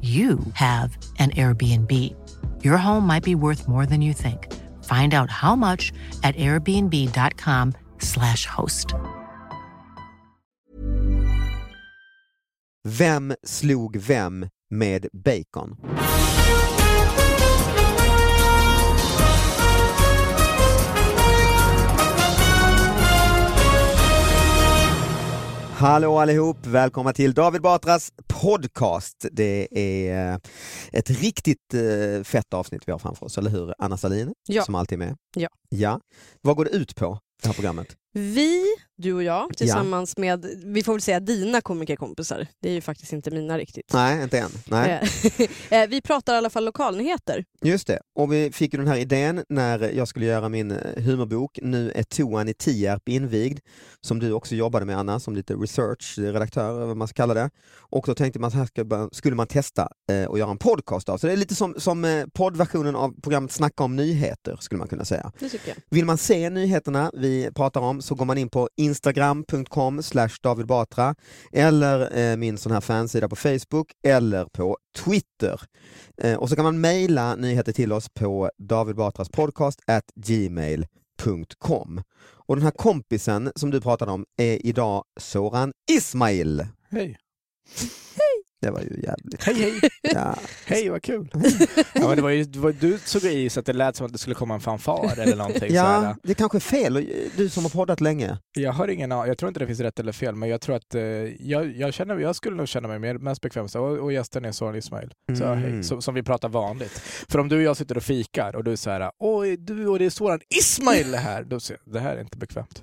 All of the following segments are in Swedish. you have an Airbnb. Your home might be worth more than you think. Find out how much at airbnb.com/slash host. Vem slog vem med bacon? Hallå allihop, välkomna till David Batras podcast. Det är eh, ett riktigt eh, fett avsnitt vi har framför oss, eller hur? Anna Salin Ja. som alltid är med. Ja. ja. Vad går det ut på, det här programmet? Vi, du och jag, tillsammans med, vi får väl säga dina komikerkompisar, det är ju faktiskt inte mina riktigt. Nej, inte än. Nej. Eh, eh, vi pratar i alla fall lokalnyheter. Just det, och vi fick ju den här idén när jag skulle göra min eh, humorbok Nu är toan i Tierp invigd, som du också jobbade med Anna, som lite research-redaktör, eller vad man ska kalla det. Och då tänkte man så här ska man- skulle man testa eh, och göra en podcast av, så det är lite som, som eh, poddversionen av programmet Snacka om nyheter, skulle man kunna säga. Det tycker jag. Vill man se nyheterna vi pratar om så går man in på instagram.com slash David Batra eller eh, min sån här fansida på Facebook eller på Twitter. Eh, och så kan man mejla nyheter till oss på davidbatraspodcast at gmail.com. Och den här kompisen som du pratade om är idag Soran Ismail. Hej. Det var ju jävligt. Hej, hej. Ja. Hej, vad kul. ja, men det var ju, det var, du såg i så att det lät som att det skulle komma en fanfar eller någonting. så ja, här. det kanske är fel. Och, eh, Du som har poddat länge. Jag har ingen an- jag tror inte det finns rätt eller fel, men jag tror att eh, jag, jag, känner, jag skulle nog känna mig mer, mest bekväm så, och, och gästen är Soran Ismail, så, Mm. hej, så, som vi pratar vanligt. För om du och jag sitter och fikar och du säger oj, du och det är Soran Ismail här, då ser jag, det här är inte bekvämt.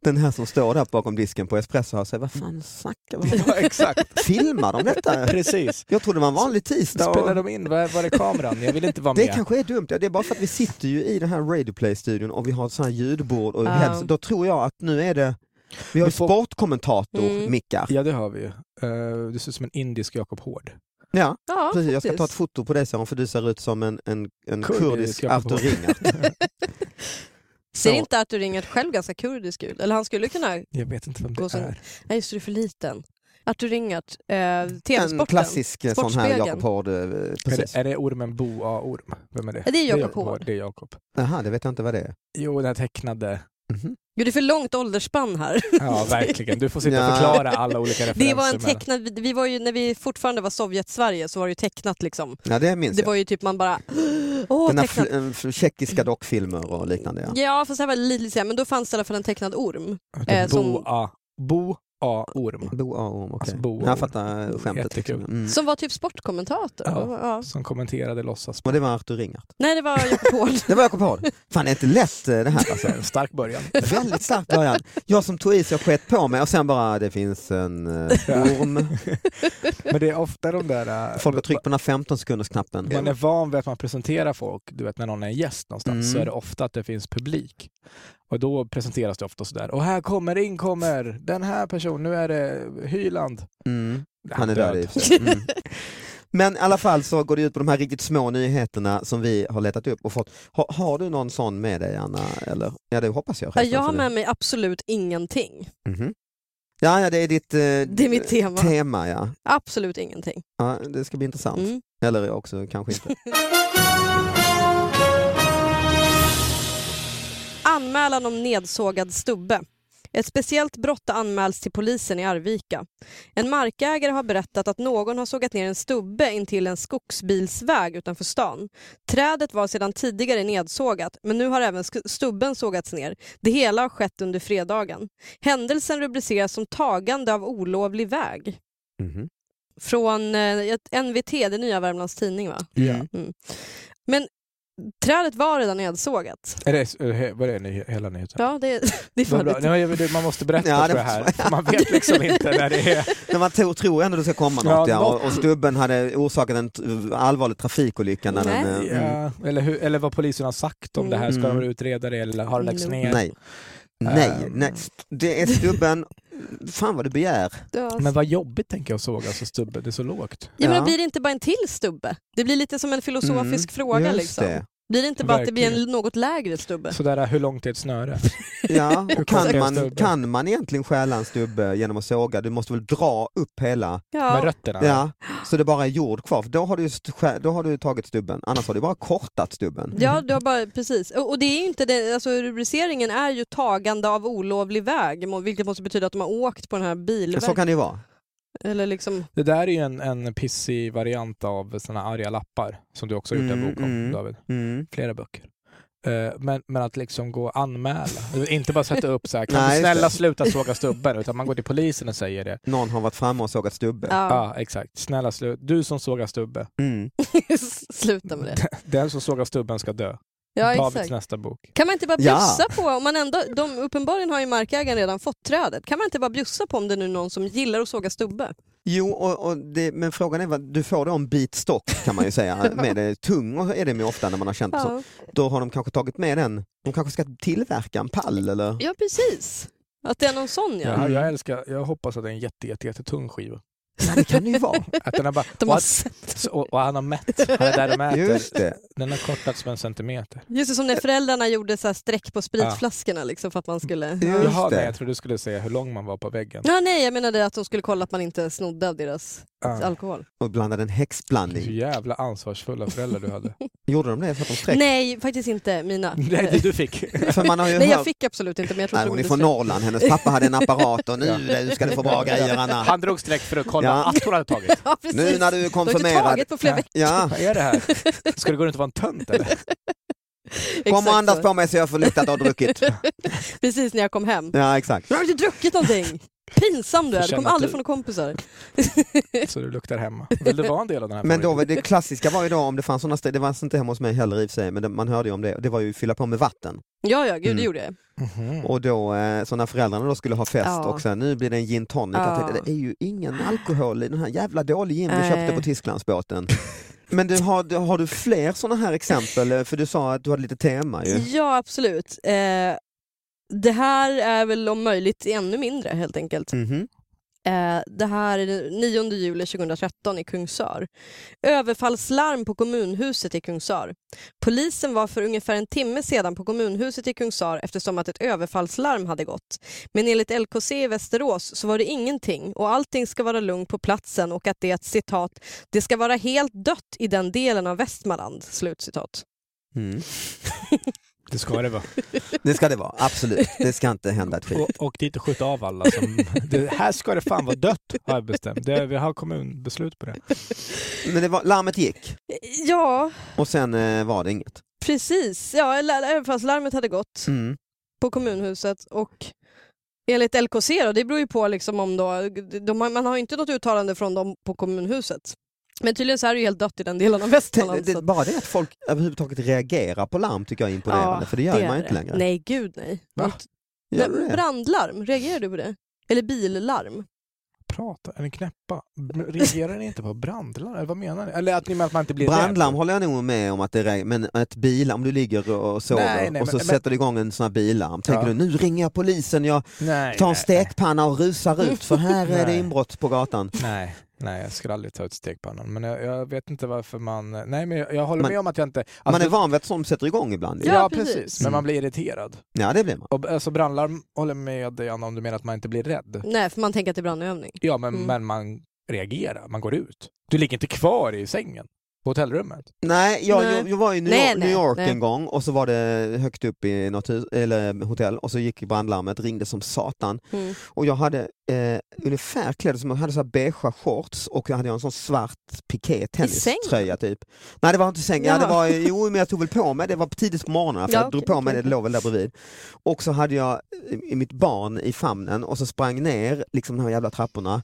Den här som står där bakom disken på Espresso House säger vad fan snackar vad Ja, exakt. Filmar de detta? Precis. Jag trodde det var en vanlig tisdag. Spelar Och... de in? Var, var är kameran? Jag vill inte vara Det med. kanske är dumt, ja, det är bara för att vi sitter ju i den här Radio Play-studion och vi har sådana här ljudbord och Ja. heads- då tror jag att nu är det, vi har ju Vi får- Mm. sportkommentator-mickar. Ja, det har vi ju. Eh, du ser ut som en indisk Jakob Hård. Ja, Ja, precis. Jag ska ta ett faktiskt. foto på dig Sören för du ser ut som en, en, en Mm. Kurdisk kurdisk jag kommer Artur ihåg. Ringart. Ser inte Arthur Ringert själv ganska kurdisk ut? Eller han skulle kunna, nej Jag vet inte vem Gå det som- är. just det, du är för liten. Arthur Ringert, eh, En TV-sporten. klassisk eh, sån här Sportspegeln. Jakob Hård. eh, Är det, Precis. är det ormen Bo A-orm? Vem är det? Ja, det är Jakob Hård. Det är Jakob. Jaha, det vet jag inte vad det är. Jo, den här tecknade. Mhm. Jo, det är för långt åldersspann här. Ja, verkligen. Du får sitta Ja. och förklara alla olika referenser. Det var en mellan- tecknad, vi- vi var ju, när vi fortfarande var Sovjet-Sverige så var det ju tecknat liksom. Ja, det minns Det jag. var ju typ man bara, åh Den här tecknat. fl- eh, f- tjeckiskt dockfilmer och liknande. Ja. Mm. Ja, fast det här var lite lite senare, men då fanns det i alla fall en tecknad orm. Typ eh, Bo som- A. Bo A-orm. Bo A-orm, okej. Alltså, Bo Jag A-orm. fattar skämtet. Jättekul. liksom. Mm. Som var typ sportkommentator. Ja. Ja. Som kommenterade låtsas. Och det var Artur Ringart. Nej, det var Jakob Hård. Det var Jakob Hård. Fan, det är inte lätt eh, det här alltså. En stark början. Väldigt stark början. Jag som tog i så jag sket på mig och sen bara, det finns en eh, orm. Men det är ofta de där... eh, Folk har tryckt på den här 15 sekundersknappen. man är van vid att man presenterar folk, du vet när någon är en gäst någonstans, Mm. så är det ofta att det finns publik. Och då presenteras det ofta sådär, och här kommer, in kommer, den här personen, nu är det Hyland. Mm. Han är död i och för sig. mm. Men i alla fall så går det ut på de här riktigt små nyheterna som vi har letat upp och fått. Ha, har du någon sån med dig Anna? Eller? Ja det hoppas jag. Ja, Jag har med mig absolut ingenting. Mhm. Ja, ja det är ditt eh, Det är mitt tema. tema ja. Absolut ingenting. ja. Det ska bli intressant. Mm. Eller också kanske inte. Anmälan om nedsågad stubbe. Ett speciellt brott anmäls till polisen i Arvika. En markägare har berättat att någon har sågat ner en stubbe intill en skogsbilsväg utanför stan. Trädet var sedan tidigare nedsågat, men nu har även sk- stubben sågats ner. Det hela har skett under fredagen. Händelsen rubriceras som tagande av olovlig väg. Mhm. Från eh, ett NVT, det nya Värmlands Tidning va? Mm. Mm. Ja. Trädet var redan nedsågat. Är det, eh, he- vad är det, ny- hela nyheten? Ja, det, det är Vad för bra. Nej, jag- det- man måste berätta Ja, det för det här, för man vet liksom inte när det är... När man tror, tror ändå det ska komma Ja, något ja, något. och, och stubben hade orsakat en t- allvarlig trafikolycka. När den, Nej. eh, mm, Ja, eller, hur, eller vad polisen har sagt om det här, ska Mm. de utreda det eller har det lagts Mm. ner? nej. Nej, Ehm. nej, st- det är stubben. Fan vad du begär. död. Men vad jobbigt tänker jag att såga så stubben, det är så lågt. Ja, men Ja. blir det inte bara en till stubbe? Det blir lite som en filosofisk fråga. Mm. Just Liksom. det. Blir det inte bara att det blir en Verkligen. något lägre stubbe? Sådär, hur långt är ett snöre? Ja, Hur och kort är kan, en man, stubbe? kan man egentligen stjäla en stubbe genom att såga? Du måste väl dra upp hela, Med Ja. rötterna? ja, så det bara är jord kvar. För Då har, du, st- skär- då har du tagit stubben, annars har du bara kortat stubben. Ja, du har bara, precis. Och och det är ju inte det, alltså rubriceringen är ju tagande av olovlig väg, må- vilket måste betyda att de har åkt på den här Så bilvägen. kan det ju vara. Eller liksom, Det där är ju en, en pissig variant av såna arga lappar som du också har gjort en Mm, bok om, mm. David. Mm. Flera böcker. Eh, Men, men att liksom gå och anmäla, inte bara sätta upp så här, kan Nej, du just snälla det. sluta såga stubben, utan man går till polisen och säger det. Någon har varit framme och sågat stubben. Ja, ja, exakt. Snälla sluta. Du som sågar stubbe, Mm. sluta med det. den som sågar stubben ska dö. Ja, Davids exakt. nästa bok. Kan man inte bara Ja. bjussa på, om man ändå, de, uppenbarligen har ju markägaren redan fått trädet, kan man inte bara bjussa på om det nu är någon som gillar att såga stubbe? Jo, och, och det, men frågan är vad du får då en bit stock kan man ju säga. med det. Tung och är det ju ofta när man har känt så. Ja, Då har de kanske tagit med den. De kanske ska tillverka en pall eller? ja precis. Att det är någon sån ja. Ja, jag älskar, jag hoppas att det är en jätte, jätte, jättetung skiva. Ja, det kan det ju vara. Att den är bara, De och, har att, så- och, och han har mätt, han är där och mäter. Just det. Den har kortats med en centimeter. Just det, som när föräldrarna gjorde så här streck på spritflaskorna liksom, för att Mm. man skulle... Just Jaha, det. nej, jag trodde du skulle säga hur lång man var på väggen. Ja, nej, jag menade att de skulle kolla att man inte snodde av deras Ja. alkohol. Och blandade en Ah, Så häxblandning. jävla ansvarsfulla föräldrar du hade. Gjorde de det så att de streck? Nej, faktiskt inte mina. Nej, det du fick. För man har ju Nej, jag hört... fick absolut inte, men jag tror Nej, att hon de är från gjorde Norrland, hennes pappa hade en apparat och nu eh, ska du få bra grejer Anna. Han drog streck för att kolla Ja. att hon hade tagit. streck. Ja, precis. Nu när du är de har inte konfirmerad. tagit på flera Ja. veckor. Ja, Vad är det här? Ska du gå runt och vara en tönt eller? Exakt kommer andas så. på mig så jag får lukta att du har druckit. Precis när jag kom hem. Ja, exakt. Jag har inte druckit någonting. Pinsam du är, du Känner kom att aldrig du- från några kompisar. Så du luktar hemma. Vill du vara en del av den Alltså, här Men då var familjen? det klassiska var ju då om det fanns sådana ställen, det fanns inte hemma hos mig heller i och för sig, men det, man hörde ju om det, och det var ju fylla på med vatten. Ja, ja, gud det Mm. gjorde jag. Mhm. Och då, eh, så när föräldrarna då skulle ha fest Mm. Ja. och sen nu blir det en gin tonic, Ja. jag tänkte, det är ju ingen alkohol i den här jävla dålig gin du Nej. köpte på Tysklandsbåten. Men du, har, du, har du fler sådana här exempel? Eh, För du sa att du hade lite tema ju. Ja, absolut. Eh, det här är väl om möjligt ännu mindre helt enkelt. Mhm. Eh, Det här är den 9 juli 2013 i Kungsör. Överfallslarm på kommunhuset i Kungsör. Polisen var för ungefär en timme sedan på kommunhuset i Kungsör eftersom att ett överfallslarm hade gått. Men enligt LKC i Västerås så var det ingenting och allting ska vara lugnt på platsen och att det, citat, det ska vara helt dött i den delen av Västmanland, slutcitat. Mm. Det ska det vara. Det ska det vara, absolut. Det ska inte hända ett skit. Och, och dit och skjuta av alla. Som, det, här ska det fan vara dött har jag bestämt. Det, vi har kommunbeslut på det. Men det var, larmet gick Ja, och sen eh, var det inget. precis. Ja, eller- överfallslarmet hade gått. Mm. på kommunhuset och enligt LKC då, det beror ju på liksom om då, de, har- man har ju inte något uttalande från dem på kommunhuset. Men tydligen så är det ju helt dött i den delen av Tänk, Västmanland. så det, att- bara det att folk överhuvudtaget reagerar på larm tycker jag är imponerande, Ja, för det gör är man ju inte längre. Nej, gud nej. Va? Gör Men du det? brandlarm, reagerar du på det? Eller billarm? Prata, är ni knäppa? Reagerar ni inte på brandlarm? Eller vad menar ni? Eller att ni menar att man inte blir Brandlarm rädd? håller jag nog med om att det är, men ett bil, om du ligger och sover Nej, nej, och så men- sätter du igång en sån här bilarm, tänker Ja. du nu ringer jag polisen, jag Nej. tar en nej, stekpanna och rusar ut för här är det Nej. inbrott på gatan. Nej. Nej, jag skulle aldrig ta ut stekpannan. Men jag, jag vet inte varför man... Nej, men jag, jag håller Man- med om att jag inte... Att man är det- van vid att sånt sätter igång ibland. ju. Ja, Ja, precis. precis. Men man blir irriterad. Ja, det blir man. Och, alltså brandlarm håller med dig Anna om du menar att man inte blir rädd. Nej, för man tänker att det är brandövning. Ja, men, Mm. men man reagerar. Man går ut. Du ligger inte kvar i sängen på hotellrummet. Nej, jag, Nej. Jag, jag var i New Nej, York, nej, New York nej. en gång och så var det högt upp i något hus, eller hotell och så gick brandlarmet, ringde som satan Mm. och jag hade eh, ungefär kläder som jag hade så här beigea shorts och jag hade en sån svart piké tenniströja typ. Nej det var inte i sängen, ja, det Jaha. var, jo men jag tog väl på mig det, var tidigt på morgonen för Ja, jag drog okej, på mig okej, det, det låg väl där bredvid. Och så hade jag eh, mitt barn i famnen och så sprang ner liksom de här jävla trapporna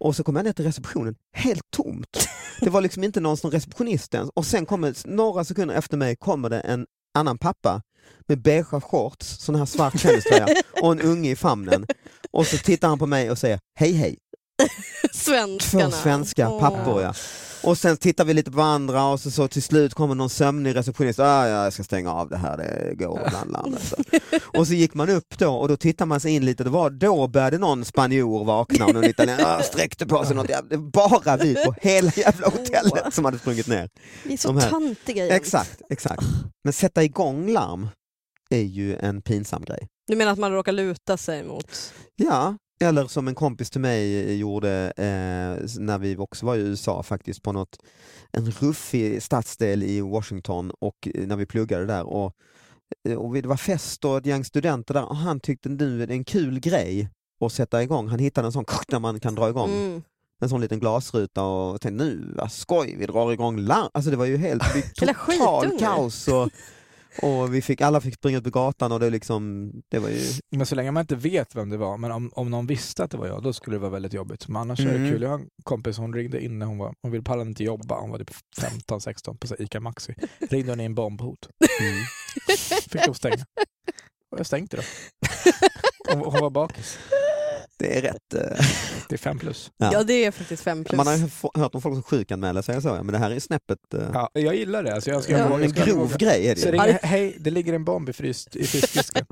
och så kom jag ner till receptionen, helt tomt. Det var liksom inte någon som receptionist ens. Och sen kommer, några sekunder efter mig kommer det en annan pappa med beigea shorts, sån här svart tenniströja och en unge i famnen. Och så tittar han på mig och säger hej hej, Svenskarna. två svenska pappor ja. Och sen tittar vi lite på varandra och så, så till slut kommer någon sömnig receptionist, ah, ja, jag ska stänga av det här, det går bland larm. Alltså. Och så gick man upp då och då tittar man sig in lite, det var, då började någon spanjor vakna och någon italienare ah, sträckte på sig något jävla, det var bara vi på hela jävla hotellet som hade sprungit ner. Vi är så De här- töntiga jämt. Exakt, exakt. Men sätta igång larm är ju en pinsam grej. Du menar att man råkar luta sig mot... Ja, eller som en kompis till mig gjorde eh, när vi också var i USA faktiskt på något, en ruffig stadsdel i Washington och eh, när vi pluggade där och, eh, och vi- det var fest och ett gäng studenter där och han tyckte nu är det en kul grej att sätta igång. Han hittade en sån där man kan dra igång Mm. en sån liten glasruta och tänkte nu, vad skoj, vi drar igång larm. Alltså det var ju helt det blev Jävla total skitungar. kaos och, och vi fick, alla fick springa ut på gatan och det, liksom, det var ju Men så länge man inte vet vem det var, men om, om någon visste att det var jag, då skulle det vara väldigt jobbigt. Men annars är det Mm. kul. Jag har en kompis, hon ringde in när hon var, hon ville pallan inte jobba, hon var typ 15-16 på så här ICA Maxi. Ringde hon in bombhot. Mm. Fick hon stänga. Och jag stängde då. Hon, hon var bakis. det är rätt eh, Det är fem plus. Ja. Ja, det är faktiskt fem plus. Man har ju f- hört om folk som sjukanmäler sig och så, ja, men det här är ju snäppet. eh, Ja, jag gillar det. Alltså jag ska Ja. en- jag En ska- grov grej är det Så ju. ringer, hej, det ligger en bomb i, fryst, i fiskdisken.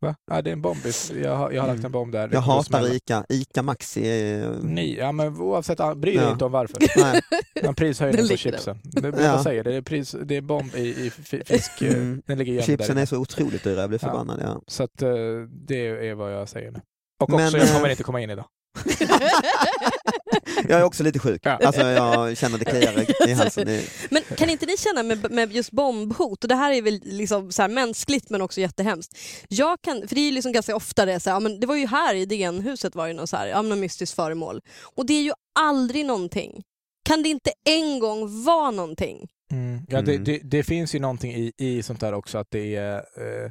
Va? Ja, det är en bomb. i- Jag har, jag har lagt en bomb där. Jag hatar Smälla. Ica. Ica Maxi är... Ni, ja men oavsett, ah, bryr dig Ja. inte om varför. Nej. Men Den prishöjning på ligger där. chipsen. Det, Ja. jag säger, det, är pris, det är bomb i, i fi- fisk. eh, Mm. Den ligger gömd Chipsen där. är så otroligt dyra, jag blir Ja. förbannad. Ja. Så att, eh, det är vad jag säger nu. Och Men, också, jag eh, kommer inte komma in idag. Jag är också lite sjuk. Ja. Alltså, jag känner det kliar i- i halsen. Det- Men kan inte ni känna med, med just bombhot, och det här är väl liksom så här mänskligt men också jättehemskt. Jag kan, för det är ju liksom ganska ofta det, så här, ja, men det var ju här i DN-huset var ju någon, så här, ja, men någon mystiskt föremål. Och det är ju aldrig någonting. Kan det inte en gång vara någonting? Ja, det, Mm. det, det finns ju någonting i, i sånt där också att det är eh,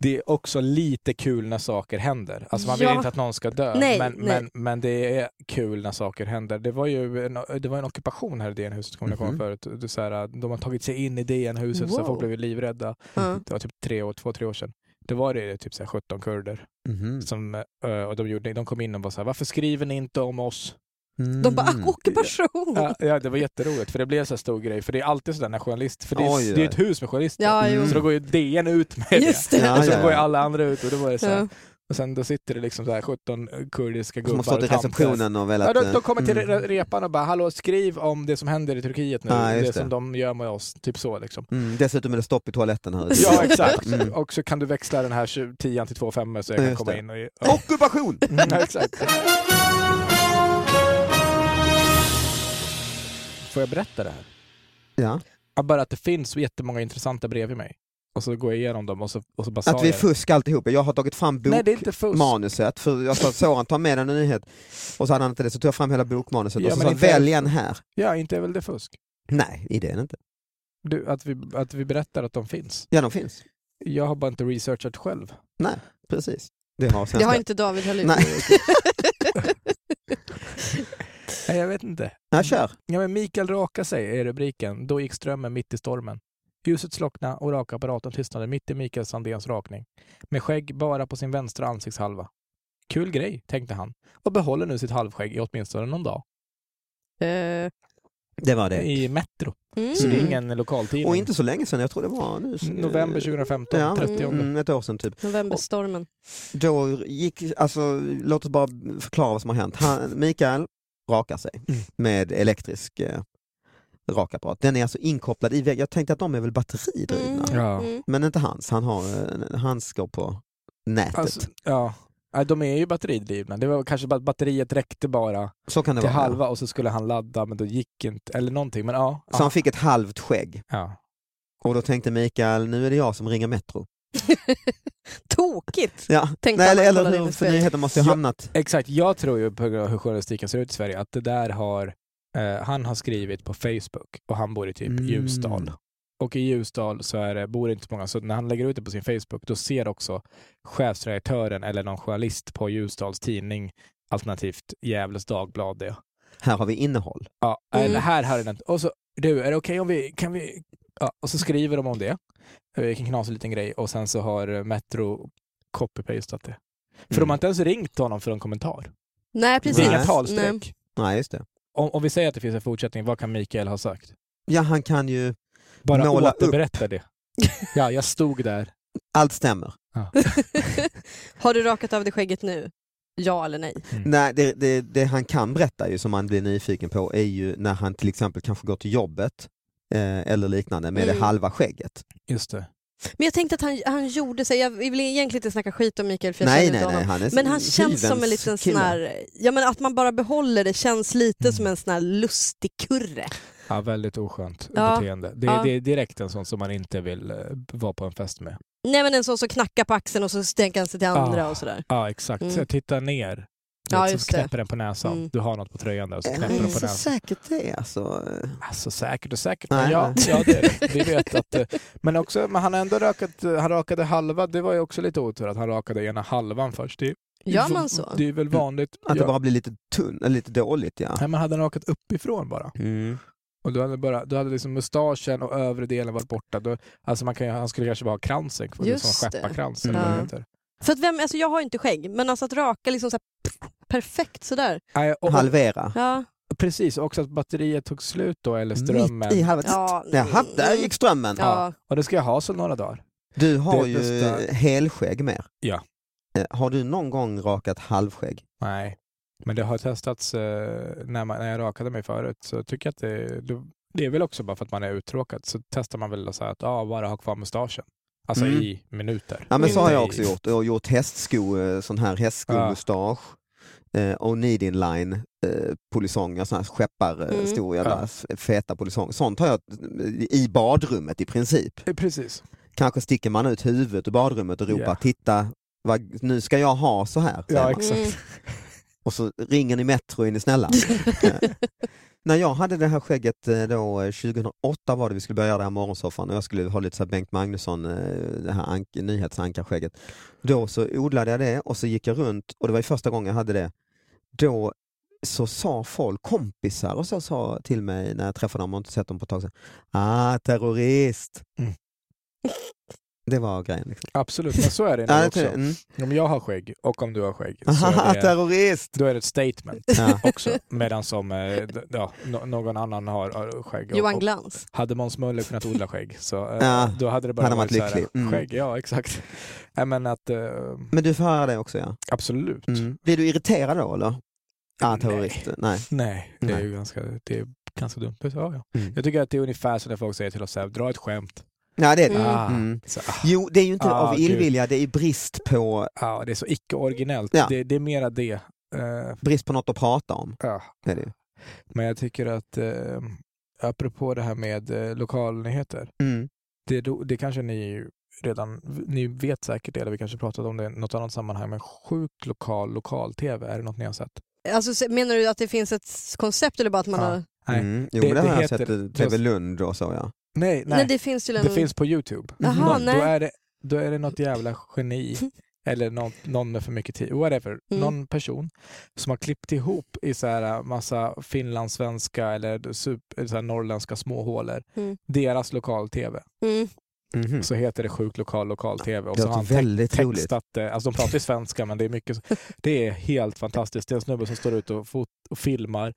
det är också lite kul när saker händer. Alltså man vill Ja. inte att någon ska dö, Nej, men, nej. Men, men det är kul när saker händer. Det var ju en, det var en ockupation här i DN-huset, kommer jag Mhm. ihåg förut. Det är så här, de har tagit sig in i DN-huset, så Wow. folk blev ju livrädda. Ja. Det var typ tre år, två, tre år sedan. Det var det typ så här 17 kurder Mhm. som eh, och de, gjorde, de kom in och var så här, varför skriver ni inte om oss? De bara, Mm. "Ah, ockupation! Ja, ja, det var jätteroligt, för det blev så här stor grej. För det är alltid sådär när journalister, för det är, Oj, det är ju oj. ett hus med journalister. Ja, jo. Så då går ju DN ut med Just det. det. Och så Ja, ja, går ju ja. alla andra ut och då var det så här, Ja. Och sen då sitter det liksom så här 17 kurdiska Som gubbar har stått i och tanter. receptionen och velat... Ja, de, eh, de kommer till mm. re- repan och bara “Hallå, skriv om det som händer i Turkiet nu, Ja, det, just det. som de gör med oss”, typ så liksom. Mm, dessutom är det stopp i toaletten här ute. Ja, exakt. Mm. Och så kan du växla den här 20 tian till två femmor så jag Ja, kan just komma det. in och... Ja, Ockupation! Mm, exakt. Får jag berätta det här? Ja. Ja, Bara att det finns jättemånga intressanta brev i mig. Och så går jag igenom dem och så, och så bara sa Att vi är jag... fusk alltihop. Jag har tagit fram Nej, det är inte fusk. bokmanuset, för jag sa att Soran tar med en nyhet, och så hade han inte det, så tog jag fram hela bokmanuset Ja, och så men sa inte- välj en här. Ja, inte är väl det fusk? Nej, det är det inte. Du, att, vi, att vi berättar att de finns. Ja, de finns. Jag har bara inte researchat själv. Precis. Det har, svenska. Det har inte David Hallin. Nej, Nej, jag vet inte. jag kör. Ja, men Mikael raka sig är rubriken. Då gick strömmen mitt i stormen. Ljuset slocknade och rakapparaten tystnade mitt i Mikael Sandéns rakning. Med skägg bara på sin vänstra ansiktshalva. Kul grej, tänkte han och behåller nu sitt halvskägg i åtminstone någon dag. Eh, Det var det. I Metro. mm. Så det är ingen lokaltidning. Och inte så länge sedan, jag tror det var nu. November 2015, Ja, 30. mm, ett år sedan typ. Novemberstormen. Då gick, alltså låt oss bara förklara vad som har hänt. Han, Mikael rakar sig Mm. med elektrisk eh, rakapparat. Den är alltså inkopplad i väggen. Jag tänkte att de är väl batteridrivna? Mm. Ja. Mm. Men inte hans, han har, eh, hans går på nätet. Alltså, ja. Nej, De är ju batteridrivna. Det var kanske bara att batteriet räckte bara så kan det till vara. halva och så skulle han ladda men då gick inte, eller någonting. Men ja. Så han fick ett halvt skägg ja. och då tänkte Mikael, nu är det jag som ringer Metro. Tokigt! Ja. Tänkte Nej, han eller, när han eller kollade hur, in i för spegeln. nyheten måste ju ha Ja. hamnat. Exakt, jag tror ju på grund av hur journalistiken ser ut i Sverige att det där har eh, han har skrivit på Facebook och han bor i typ Mm. Ljusdal. Och i Ljusdal så är det, bor det inte så många, så när han lägger ut det på sin Facebook då ser också chefsredaktören eller någon journalist på Ljusdals tidning alternativt Gävles Dagblad det. Här har vi innehåll. Ja, Mm. eller här hade den Och så, du, är det okej om vi, kan vi, ja, och så skriver de om det. Eh, Vilken knasig liten grej och sen så har Metro copy-pastat det. För Mm. de har inte ens ringt honom för en kommentar. Nej, Det precis. är inga Nej. Nej. talsträck. Nej, just det. Om, om vi säger att det finns en fortsättning, vad kan Mikael ha sagt? Ja, han kan ju, Bara Måla återberätta det. Ja, jag stod där. allt stämmer. Har du rakat av dig skägget nu? Ja eller nej? Mm. Nej, det, det, det han kan berätta ju som man blir nyfiken på är ju när han till exempel kanske går till jobbet eh, eller liknande med Mm. det halva skägget. Just det. Men jag tänkte att han, han gjorde sig, jag vill egentligen inte snacka skit om Mikael för jag Nej, känner nej, inte nej, honom. han är Men han känns som en hyvens liten sån kille. Eh, här, ja men att man bara behåller det känns lite Mm. som en sån här lustig kurre. Ja, väldigt oskönt Ja, beteende. Det, ja. det är direkt en sån som man inte vill eh, vara på en fest med. Nej men en sån som knackar på axeln och så stänker han sig till andra Ah. och sådär. Ja, exakt. Mm. Så titta ner. Du Ja, vet, så just det. knäpper den på näsan. Mm. Du har något på tröjan där och så Eller knäpper är den det på så näsan. säkert det alltså? Alltså säkert och säkert. Nej, Men ja, nej. ja det, är det. vi vet att... eh, Men också, men han har ändå rakat, eh, han rakade halva. Det var ju också lite otur att han rakade ena halvan först. Det, Gör man så? Det är väl vanligt. Att Ja. det bara blir lite tunn, eller lite dåligt ja. Nej, men hade han rakat uppifrån bara. Mm. Och du hade, bara, du hade liksom mustaschen och övre delen varit borta. Du, alltså man kan, ju- han skulle kanske bara ha kransen kvar, Just som det. skepparkrans. eller Mm. vad det Ja. heter. För att vem, alltså jag har ju inte skägg, men alltså att raka liksom så här, pff, perfekt sådär. Nej, och, och, Halvera. Ja, precis, och också att batteriet tog slut då, eller strömmen. Mitt i halva... ja, mm. Jaha, där gick strömmen. ja. Och det ska jag ha så några dagar. Du har Det ju bästa- helskägg mer. Ja. Eh, Har du någon gång rakat halvskägg? Nej, men det har testats eh, när, man, när jag rakade mig förut. Så jag tycker att det, det, det är väl också bara för att man är uttråkad. Så testar man väl så här att ah, bara ha kvar mustaschen. Alltså Mm. i minuter. Ja men så har jag Inte också i- gjort. Jag har gjort hästsko, eh, sån här hästskomustasch. Eh, och needin line eh, polisonger, sån här Mm. skepparhistor, Ja. jävla f- feta polisonger. Sånt har jag eh, i badrummet i princip. Eh, Precis. Kanske sticker man ut huvudet ur badrummet och ropar Ja. titta, vad, nu ska jag ha så här. Typ. säger Ja, man. exakt. Mm. Och så ringer ni Metro, är ni snälla? Eh, När jag hade det här skägget eh, då, eh, 2008 var det vi skulle börja göra det här morgonsoffan och jag skulle ha lite så här Bengt Magnusson, eh, det här ank- nyhetsankarskägget. Då så odlade jag det och så gick jag runt och det var ju första gången jag hade det. Då så sa folk, kompisar och så sa till mig när jag träffade dem och inte sett dem på ett tag sedan, ah terrorist. Mm. Det var grejen. Liksom. Absolut, men så är det Ja, nu jag tror det. också. Mm. Om jag har skägg och om du har skägg så Haha, är det, terrorist! då är det ett statement Ja. också. Medan som eh, d- ja, no- någon annan har, har skägg. Och, Johan och Glans. hade Måns Möller kunnat odla skägg så eh, Ja, då hade det bara hade han varit varit så här, lycklig. Mm. skägg. Ja, exakt. Nej, men att eh, Men du får höra det också ja. absolut. Mm. Blir du irriterad då eller? Ah, Nej. terrorist. Nej. Nej, det är Nej. ju ganska, det är ganska dumt. Ja, ja. Mm. Jag tycker att det är ungefär som när folk säger till oss så här, dra ett skämt. Nej, det är det. Mm. Ah, Mm. så, ah, Jo, det är ju inte Ah, av gud. illvilja, det är brist på, ah, det är så icke-originellt. Ja. Det, det är mera det. Eh, brist på något att prata om. ja. Det är det. ju. Men jag tycker att, eh, apropå det här med eh, lokalnyheter, Mm. det, do- det kanske ni redan ni vet säkert det, eller vi kanske pratat om det i något annat sammanhang, men sjuk lokal lokal-tv, är det något ni har sett? Alltså, se- menar du att det finns ett s- koncept eller bara att man Ja. har... Nej, Mm. Jo, det- det, det det har jag heter- sett i det har- TV Lund och så ja. Nej, Nej. nej. det finns tydligen... det finns på Youtube. Jaha, Mm, Nå- Då, nej. är det, då är det något jävla geni eller någon, någon med för mycket tid, whatever. Mm. Någon person som har klippt ihop i så här eh, massa finlandssvenska eller super, så här norrländska småhålor, Mm. deras lokal-tv. Mm. Mhm. Så heter det sjuk lokal lokal-tv. Och Det så låter har han te- väldigt roligt. textat det. Alltså de pratar ju svenska men det är mycket så. Det är helt fantastiskt. Det är en snubbe som står ute och, fot- och filmar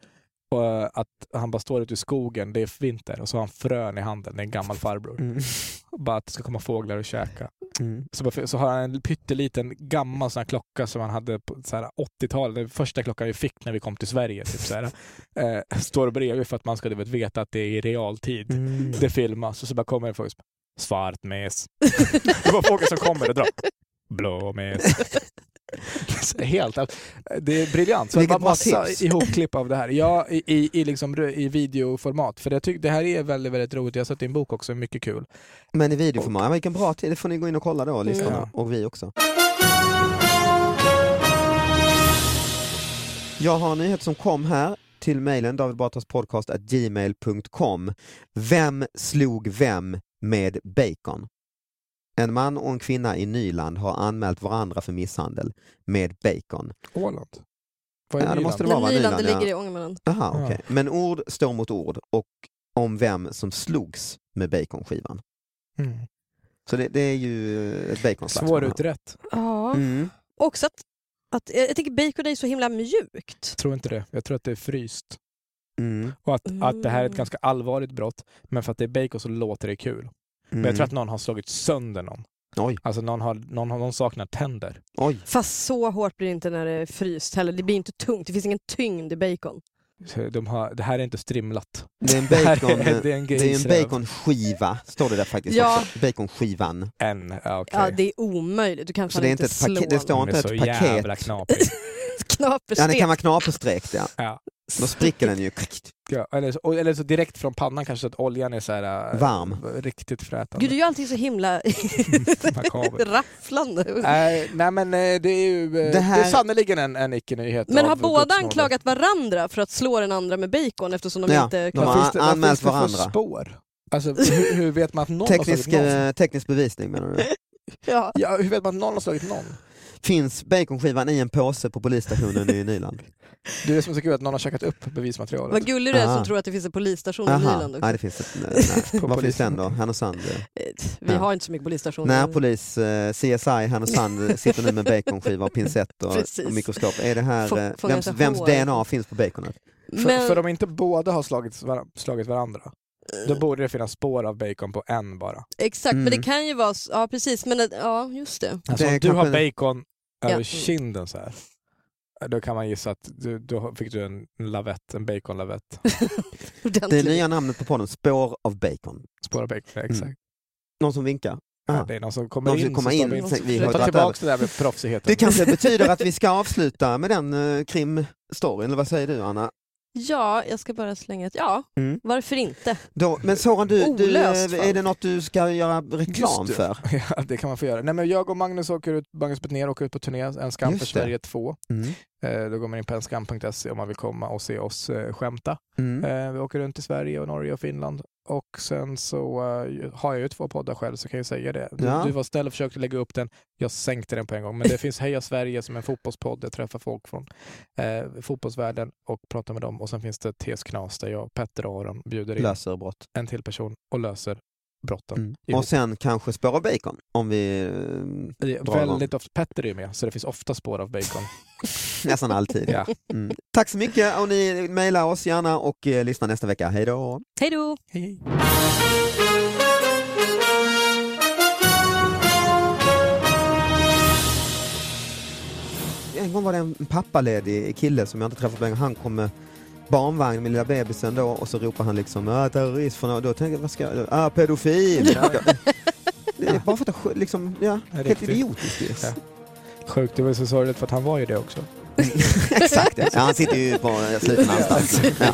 och eh, att han bara står ute i skogen, det är vinter och så har han frön i handen, det är en gammal farbror. Mm. Bara att det ska komma fåglar och käka. Mm. Så, bara, så har han en pytteliten gammal sån här klocka som han hade på så här 80-talet, den första klockan vi fick när vi kom till Sverige. Typ så här. Eh, står bredvid för att man ska du vet, veta att det är i realtid. Mm. Det filmas och så bara kommer det folk som svart mes. Det var fåglar som kommer och drar. Blå mes. Så Helt, det är briljant. Så det Vilket var bra massa tips. ihopklipp av det här. Ja, i, i, i, liksom, rö- i videoformat. För jag tycker det här är väldigt, väldigt roligt. Jag har sett i en bok också, mycket kul. Men i videoformat, ja, vilken bra tid. Det får ni gå in och kolla då, lyssnarna. Ja. Och vi också. Jag har en nyhet som kom här till mejlen davidbatraspodcast.gmail.com. Vem slog vem med bacon? En man och en kvinna i Nyland har anmält varandra för misshandel med bacon. Åland? Vad är Ja, det Nyland? måste det Nej, vara Nyland, vad det Nyland ja. ligger i Ångermanland. Aha, Ja. okej. Men ord står mot ord och om vem som slogs med baconskivan. Mm. Så det, det är ju ett baconslagsmål. Svårutrett. Ja. Mm. Också att, att... eh, Jag tycker bacon är så himla mjukt. Tror inte det. Jag tror att det är fryst. Mm. Och att, Mm. att det här är ett ganska allvarligt brott. Men för att det är bacon så låter det kul. Men jag tror att någon har slagit sönder någon. mm. Oj. Alltså någon, har, någon, har, någon saknar tänder. Oj. Fast så hårt blir det inte när det är fryst heller. Det blir inte tungt. Det finns ingen tyngd i bacon. Så De har, det här är inte strimlat. Det är en här bacon, eh, är- det är en det är en grisröv. baconskiva, står det där faktiskt Ja. också. Baconskivan. En, ja, okej. Ja, det är omöjligt. Du kan Så fan det är inte inte ett slå paket, det står De inte är så ett paket. jävla knapigt. Ja, Knapersten. den kan vara knaperstekt ja. Ja. Då spricker den ju. Ja, eller, så, och- eller så direkt från pannan kanske så att oljan är så här, äh, Varm. riktigt frätande. Gud, du gör allting så himla Makabert. Äh, rafflande. Nej, nej men eh, det är ju eh, Det det här- är sannerligen en, en icke-nyhet. Men har av båda gudsnåde. anklagat varandra för att slå den andra med bacon eftersom de Ja, inte de kan... har- Vad finns det, vad anmält finns det varandra. för spår? Alltså hur, hur vet man att någon Teknisk, har slagit någon? eh, teknisk bevisning menar du? Ja. Ja, hur vet man att någon har slagit någon? Finns baconskivan i en påse på polisstationen i Nyland? Det är det som är så kul, att någon har käkat upp Vad bevismaterialet. gullig du är Ah. som tror att det finns en polisstation i Aha. Nyland. Nej, också. det finns ett, nej. På Var finns den polisen. då? Härnösand? eh. Vi Ja. har inte så mycket polisstationer. Närpolis, eh, CSI, Härnösand eh, sitter nu med baconskiva och pincett och, Precis. och mikroskop. Är det här, eh, Få- vems, fånga vems hår. DNA finns på baconet? För, Men, för om inte båda har slagit, var, slagit varandra, då borde det finnas spår av bacon på en bara. eh, Exakt, men Mm. det kan ju vara... s- Ja, precis. Men att- ja, just det. Alltså, Det om är du har kanske- bacon över Ja. kinden så här, då kan man gissa att du, då fick du en lavett, en baconlavett. Det är Ordentligt. nya namnet på podden, Spår av bacon. Spår av bacon, exakt. Någon som vinkar? Ja, Ah. det är någon som kommer Mm. Någon in. som kommer så stoppar in, vi- sen- vi har Ta dragit över. tillbaka det där med proffsigheten. Det kanske betyder att vi ska avsluta med den eh, krimstoryn, eller vad säger du Anna? Ja, jag ska bara slänga ett... Ja, Mm. varför inte? Då, men Soran, du, du, Olöst eh, fall. är det något du ska göra reklam Just det. för? Ja, det kan man få göra. Nej, men jag och Magnus åker ut, Magnus Betnér åker ut på turné, En skam Just för det. Sverige 2. Mm. Eh, då går man in på enskam.se E om man vill komma och se oss eh, skämta. Mm. Eh, vi åker runt i Sverige och Norge och Finland. Och sen så eh, har jag ju två poddar själv så kan jag säga det. Du, Ja. du var snäll och försökte lägga upp den. Jag sänkte den på en gång. Men det finns Heja Sverige som är en fotbollspodd. Jag träffar folk från eh, fotbollsvärlden och pratar med dem. Och sen finns det TS Knas där jag, Petter och Aron bjuder in Löser brott. en till person och löser brotten. Mm. ihop. Och sen kanske spår av bacon om vi eh, Det är drar igång. väldigt ofta, Petter är ju med, så det finns ofta spår av bacon. nästan alltid. Ja. Mm. Tack så mycket och ni mejlar oss gärna och eh, lyssna nästa vecka. Hej då! Hej då! Hej, hej. En gång var det en pappaledig kille som jag inte träffat på länge. Han kom med barnvagn med lilla bebisen då och så ropar han liksom äh, terrorist från och då tänker jag, vad ska jag, göra? äh, pedofil. Det är bara för att jag liksom, ja, är helt riktigt. idiotiskt. ju. Ja. Sjukt, det var så sorgligt för att han var ju det också. Exakt, ja, han sitter ju på eh, sluten anstalt. Ja.